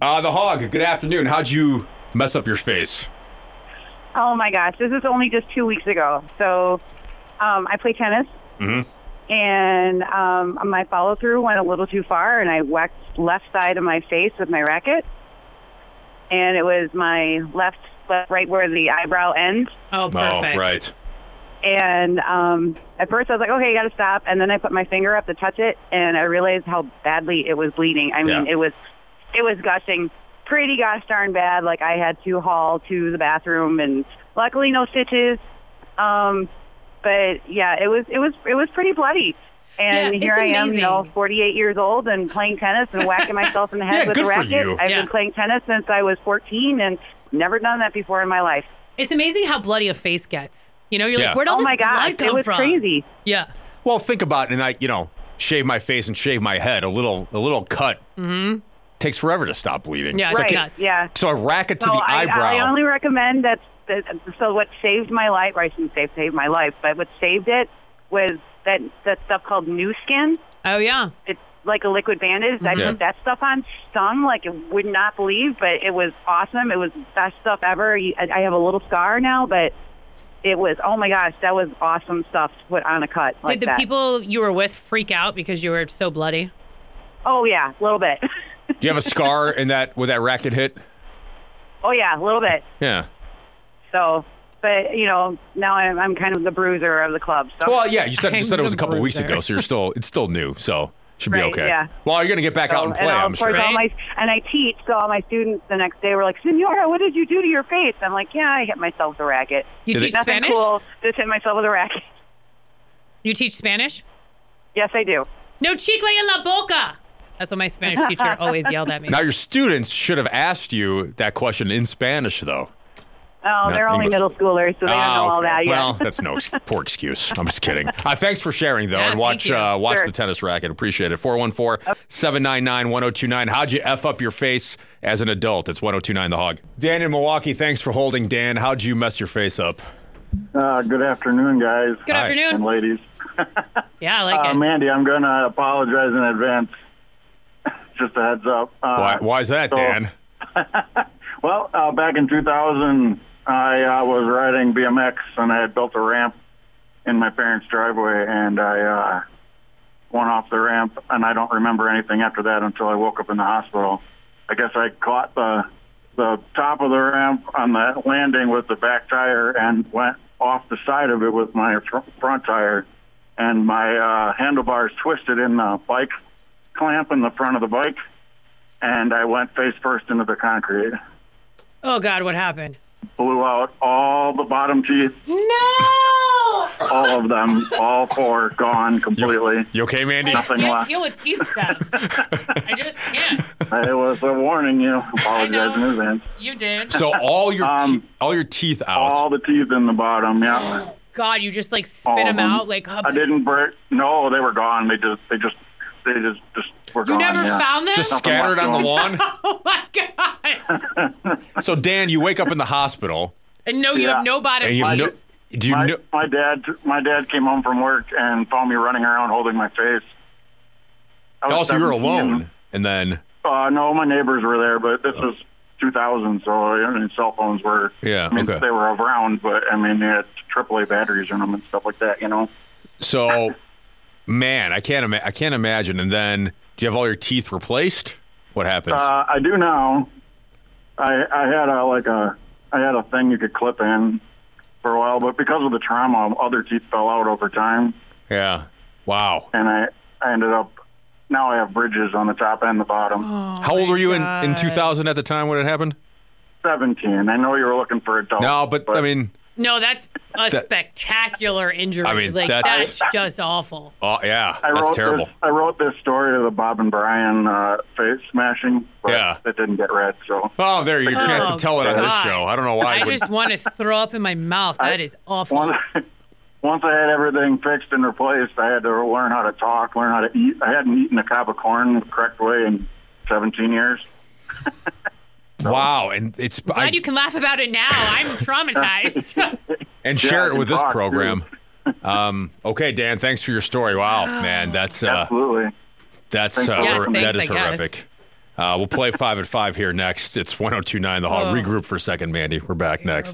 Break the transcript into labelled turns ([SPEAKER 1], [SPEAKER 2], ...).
[SPEAKER 1] Uh, the Hog, good afternoon. How'd you mess up your face?
[SPEAKER 2] Oh my gosh, this is only just two weeks ago. So um, I play tennis, and um, my follow through went a little too far, and I whacked left side of my face with my racket, and it was my left, left right where the eyebrow ends.
[SPEAKER 3] Oh, perfect.
[SPEAKER 1] Oh, right.
[SPEAKER 2] And um, at first, I was like, "Okay, you got to stop." And then I put my finger up to touch it, and I realized how badly it was bleeding. I mean,
[SPEAKER 1] Yeah.
[SPEAKER 2] it was it was gushing pretty gosh darn bad. Like I had to haul to the bathroom, and luckily, no stitches. Um, but yeah, it was it was it was pretty bloody. And
[SPEAKER 3] Yeah,
[SPEAKER 2] here
[SPEAKER 3] it's
[SPEAKER 2] I am, you know,
[SPEAKER 3] amazing.
[SPEAKER 2] 48 years old and playing tennis and whacking myself in the head
[SPEAKER 1] Yeah,
[SPEAKER 2] with
[SPEAKER 1] good
[SPEAKER 2] a
[SPEAKER 1] for
[SPEAKER 2] racket.
[SPEAKER 1] you.
[SPEAKER 2] I've
[SPEAKER 3] Yeah.
[SPEAKER 2] been playing tennis since I was 14 and never done that before in my life.
[SPEAKER 3] It's amazing how bloody a face gets. You know, you're
[SPEAKER 1] Yeah.
[SPEAKER 3] like, where'd all
[SPEAKER 2] oh
[SPEAKER 3] this
[SPEAKER 2] my gosh,
[SPEAKER 3] blood come
[SPEAKER 2] it was
[SPEAKER 3] from?
[SPEAKER 2] crazy.
[SPEAKER 3] Yeah.
[SPEAKER 1] Well, think about it, and I, you know, shave my face and shave my head. A little, a little cut takes forever to stop bleeding.
[SPEAKER 3] Mm-hmm.
[SPEAKER 1] so,
[SPEAKER 3] Yeah, it's
[SPEAKER 1] I
[SPEAKER 2] Right.
[SPEAKER 1] can't-
[SPEAKER 3] nuts.
[SPEAKER 2] Yeah.
[SPEAKER 1] so a racket to
[SPEAKER 2] so
[SPEAKER 1] the
[SPEAKER 2] I,
[SPEAKER 1] eyebrow.
[SPEAKER 2] I only recommend that, that. So what saved my life? Or I shouldn't say saved my life, but what saved it was that that stuff called New Skin.
[SPEAKER 3] Oh, yeah.
[SPEAKER 2] It's like a liquid bandage. I
[SPEAKER 1] Yeah.
[SPEAKER 2] put that stuff on, stung like you would not believe, but it was awesome. It was the best stuff ever. You- I I have a little scar now, but it was oh my gosh, that was awesome stuff to put on a cut. like
[SPEAKER 3] Did the
[SPEAKER 2] that.
[SPEAKER 3] people you were with freak out because you were so bloody?
[SPEAKER 2] Oh yeah, a little bit.
[SPEAKER 1] Do you have a scar in that where that racket hit?
[SPEAKER 2] oh yeah, a little bit.
[SPEAKER 1] Yeah.
[SPEAKER 2] So, but you know, now I'm, I'm kind of the bruiser of the club. So
[SPEAKER 1] Well, yeah. You said you
[SPEAKER 3] I'm
[SPEAKER 1] said it was
[SPEAKER 3] the
[SPEAKER 1] a couple weeks
[SPEAKER 3] bruiser.
[SPEAKER 1] ago, so you're still it's still new, so should
[SPEAKER 2] Right,
[SPEAKER 1] be okay.
[SPEAKER 2] yeah.
[SPEAKER 1] Well, you're gonna get back out and
[SPEAKER 2] So,
[SPEAKER 1] play.
[SPEAKER 2] all,
[SPEAKER 1] I'm
[SPEAKER 2] of course,
[SPEAKER 1] sure.
[SPEAKER 2] all my and I teach, so all my students the next day were like, "Senora, what did you do to your face?" I'm like, "Yeah, I hit myself with a racket.
[SPEAKER 3] You
[SPEAKER 1] Did
[SPEAKER 3] teach
[SPEAKER 1] it-
[SPEAKER 2] Nothing
[SPEAKER 3] Spanish?
[SPEAKER 2] cool. Just hit myself with a racket."
[SPEAKER 3] You teach Spanish?
[SPEAKER 2] Yes, I do. Oh,
[SPEAKER 3] No chicle en la boca. That's what my Spanish teacher always yelled at me.
[SPEAKER 1] Now your students should have asked you that question in Spanish, though.
[SPEAKER 2] Oh,
[SPEAKER 1] No,
[SPEAKER 2] they're only
[SPEAKER 1] English.
[SPEAKER 2] middle schoolers, so they don't know
[SPEAKER 1] Ah,
[SPEAKER 2] all
[SPEAKER 1] okay.
[SPEAKER 2] that yet.
[SPEAKER 1] Well, that's no ex- poor excuse. I'm just kidding. Uh, thanks for sharing, though,
[SPEAKER 3] Yeah,
[SPEAKER 1] and
[SPEAKER 3] thank
[SPEAKER 1] watch
[SPEAKER 3] you.
[SPEAKER 1] uh, watch
[SPEAKER 2] Sure.
[SPEAKER 1] the tennis racket. Appreciate it. 414 799 1029. How'd you F up your face as an adult? It's 1029 The Hog. Dan in Milwaukee, thanks for holding. Dan, how'd you mess your face up?
[SPEAKER 4] Uh, good afternoon, guys
[SPEAKER 3] Good
[SPEAKER 1] Hi.
[SPEAKER 4] and
[SPEAKER 3] afternoon.
[SPEAKER 4] ladies.
[SPEAKER 3] Yeah, I like
[SPEAKER 2] Oh,
[SPEAKER 4] Uh,
[SPEAKER 3] it.
[SPEAKER 4] Mandy, I'm going to apologize in advance. Just a heads up.
[SPEAKER 1] Why,
[SPEAKER 4] Uh,
[SPEAKER 1] why's that,
[SPEAKER 4] so-
[SPEAKER 1] Dan?
[SPEAKER 4] Well, uh, back in 2000, I uh, was riding BMX and I had built a ramp in my parents' driveway and I uh, went off the ramp and I don't remember anything after that until I woke up in the hospital. I guess I caught the the top of the ramp on the landing with the back tire and went off the side of it with my fr- front tire and my uh, handlebars twisted in the bike clamp in the front of the bike and I went face first into the concrete
[SPEAKER 3] Oh, God, what happened?
[SPEAKER 4] blew out all the bottom teeth,
[SPEAKER 3] No!
[SPEAKER 4] all of them, all four gone completely.
[SPEAKER 1] You okay, Mandy?
[SPEAKER 3] I
[SPEAKER 4] Nothing
[SPEAKER 3] can't
[SPEAKER 4] left.
[SPEAKER 3] deal with teeth stuff. I just can't.
[SPEAKER 4] It was a warning, you know.
[SPEAKER 3] know.
[SPEAKER 4] Apologize in advance.
[SPEAKER 3] You did.
[SPEAKER 1] So all your
[SPEAKER 4] Um,
[SPEAKER 1] te- all your teeth out.
[SPEAKER 4] All the teeth in the bottom, yeah.
[SPEAKER 3] God, you just like spit
[SPEAKER 1] Oh,
[SPEAKER 4] All of
[SPEAKER 3] them
[SPEAKER 4] them.
[SPEAKER 3] out like.
[SPEAKER 4] I didn't break. No, they were gone. They just, they just, they just, just were
[SPEAKER 3] You
[SPEAKER 4] gone.
[SPEAKER 3] never
[SPEAKER 4] yeah.
[SPEAKER 3] found them?
[SPEAKER 1] just scattered on the lawn.
[SPEAKER 3] oh my god!
[SPEAKER 1] So Dan, you wake up in the hospital,
[SPEAKER 3] And no, you
[SPEAKER 4] Yeah.
[SPEAKER 3] have no
[SPEAKER 1] and
[SPEAKER 3] body.
[SPEAKER 1] you have
[SPEAKER 4] My-
[SPEAKER 1] no. Do you
[SPEAKER 4] My,
[SPEAKER 1] know?
[SPEAKER 4] my dad, my dad came home from work and found me running around holding my face. I was
[SPEAKER 1] Also, you're
[SPEAKER 4] 17.
[SPEAKER 1] alone, and then
[SPEAKER 4] Uh, no, my neighbors were there, but this was 2000, so I mean, cell phones were.
[SPEAKER 1] Yeah,
[SPEAKER 4] I mean,
[SPEAKER 1] okay.
[SPEAKER 4] They were around, but I mean, they had AAA batteries in them and stuff like that, you know?
[SPEAKER 1] So, man, I can't ima- I can't imagine. And then, do you have all your teeth replaced? What happens?
[SPEAKER 4] Uh, I do now. I, I had a, like a, I had a thing you could clip in for a while, but because of the trauma, other teeth fell out over time,
[SPEAKER 1] yeah. Wow.
[SPEAKER 4] and I, I ended up, now I have bridges on the top and the bottom.
[SPEAKER 1] How old were you in, in
[SPEAKER 3] God.
[SPEAKER 1] 2000 at the time when it happened?
[SPEAKER 4] 17. I know you were looking for adults.
[SPEAKER 1] No, but, I mean,
[SPEAKER 3] No, that's a
[SPEAKER 1] That-
[SPEAKER 3] spectacular injury.
[SPEAKER 1] I mean,
[SPEAKER 3] like
[SPEAKER 1] that's-
[SPEAKER 3] that's, just awful.
[SPEAKER 1] oh yeah,
[SPEAKER 4] I
[SPEAKER 1] that's
[SPEAKER 4] wrote
[SPEAKER 1] terrible.
[SPEAKER 4] This, I wrote this story of the Bob and Brian uh, face smashing, but
[SPEAKER 1] Yeah.
[SPEAKER 4] it didn't get read. So
[SPEAKER 1] Oh, there you your chance
[SPEAKER 3] Oh,
[SPEAKER 1] to tell it on this
[SPEAKER 3] God.
[SPEAKER 1] show. I don't know why.
[SPEAKER 3] I
[SPEAKER 1] it would-
[SPEAKER 3] just want to throw up in my mouth. That is awful.
[SPEAKER 4] once, once I had everything fixed and replaced, I had to learn how to talk, learn how to eat. I hadn't eaten a cob of corn the correct way in 17 years.
[SPEAKER 1] wow, and it's I,
[SPEAKER 3] Glad you can laugh about it now. I'm
[SPEAKER 1] and
[SPEAKER 3] traumatized.
[SPEAKER 4] Yeah, I
[SPEAKER 1] share it
[SPEAKER 4] can
[SPEAKER 1] with this
[SPEAKER 4] talk,
[SPEAKER 1] program. um, okay, Dan, thanks for your story. Wow, man, that's uh,
[SPEAKER 4] Absolutely.
[SPEAKER 1] that's uh,
[SPEAKER 4] Thanks for
[SPEAKER 1] hor-
[SPEAKER 4] listening.
[SPEAKER 1] that
[SPEAKER 3] Yeah,
[SPEAKER 1] is
[SPEAKER 3] thanks, I guess.
[SPEAKER 1] horrific. oh
[SPEAKER 3] Oh.
[SPEAKER 1] Uh, we'll play five at five here next. It's 1029 The Hog. Regroup for a second, Mandy. We're back next.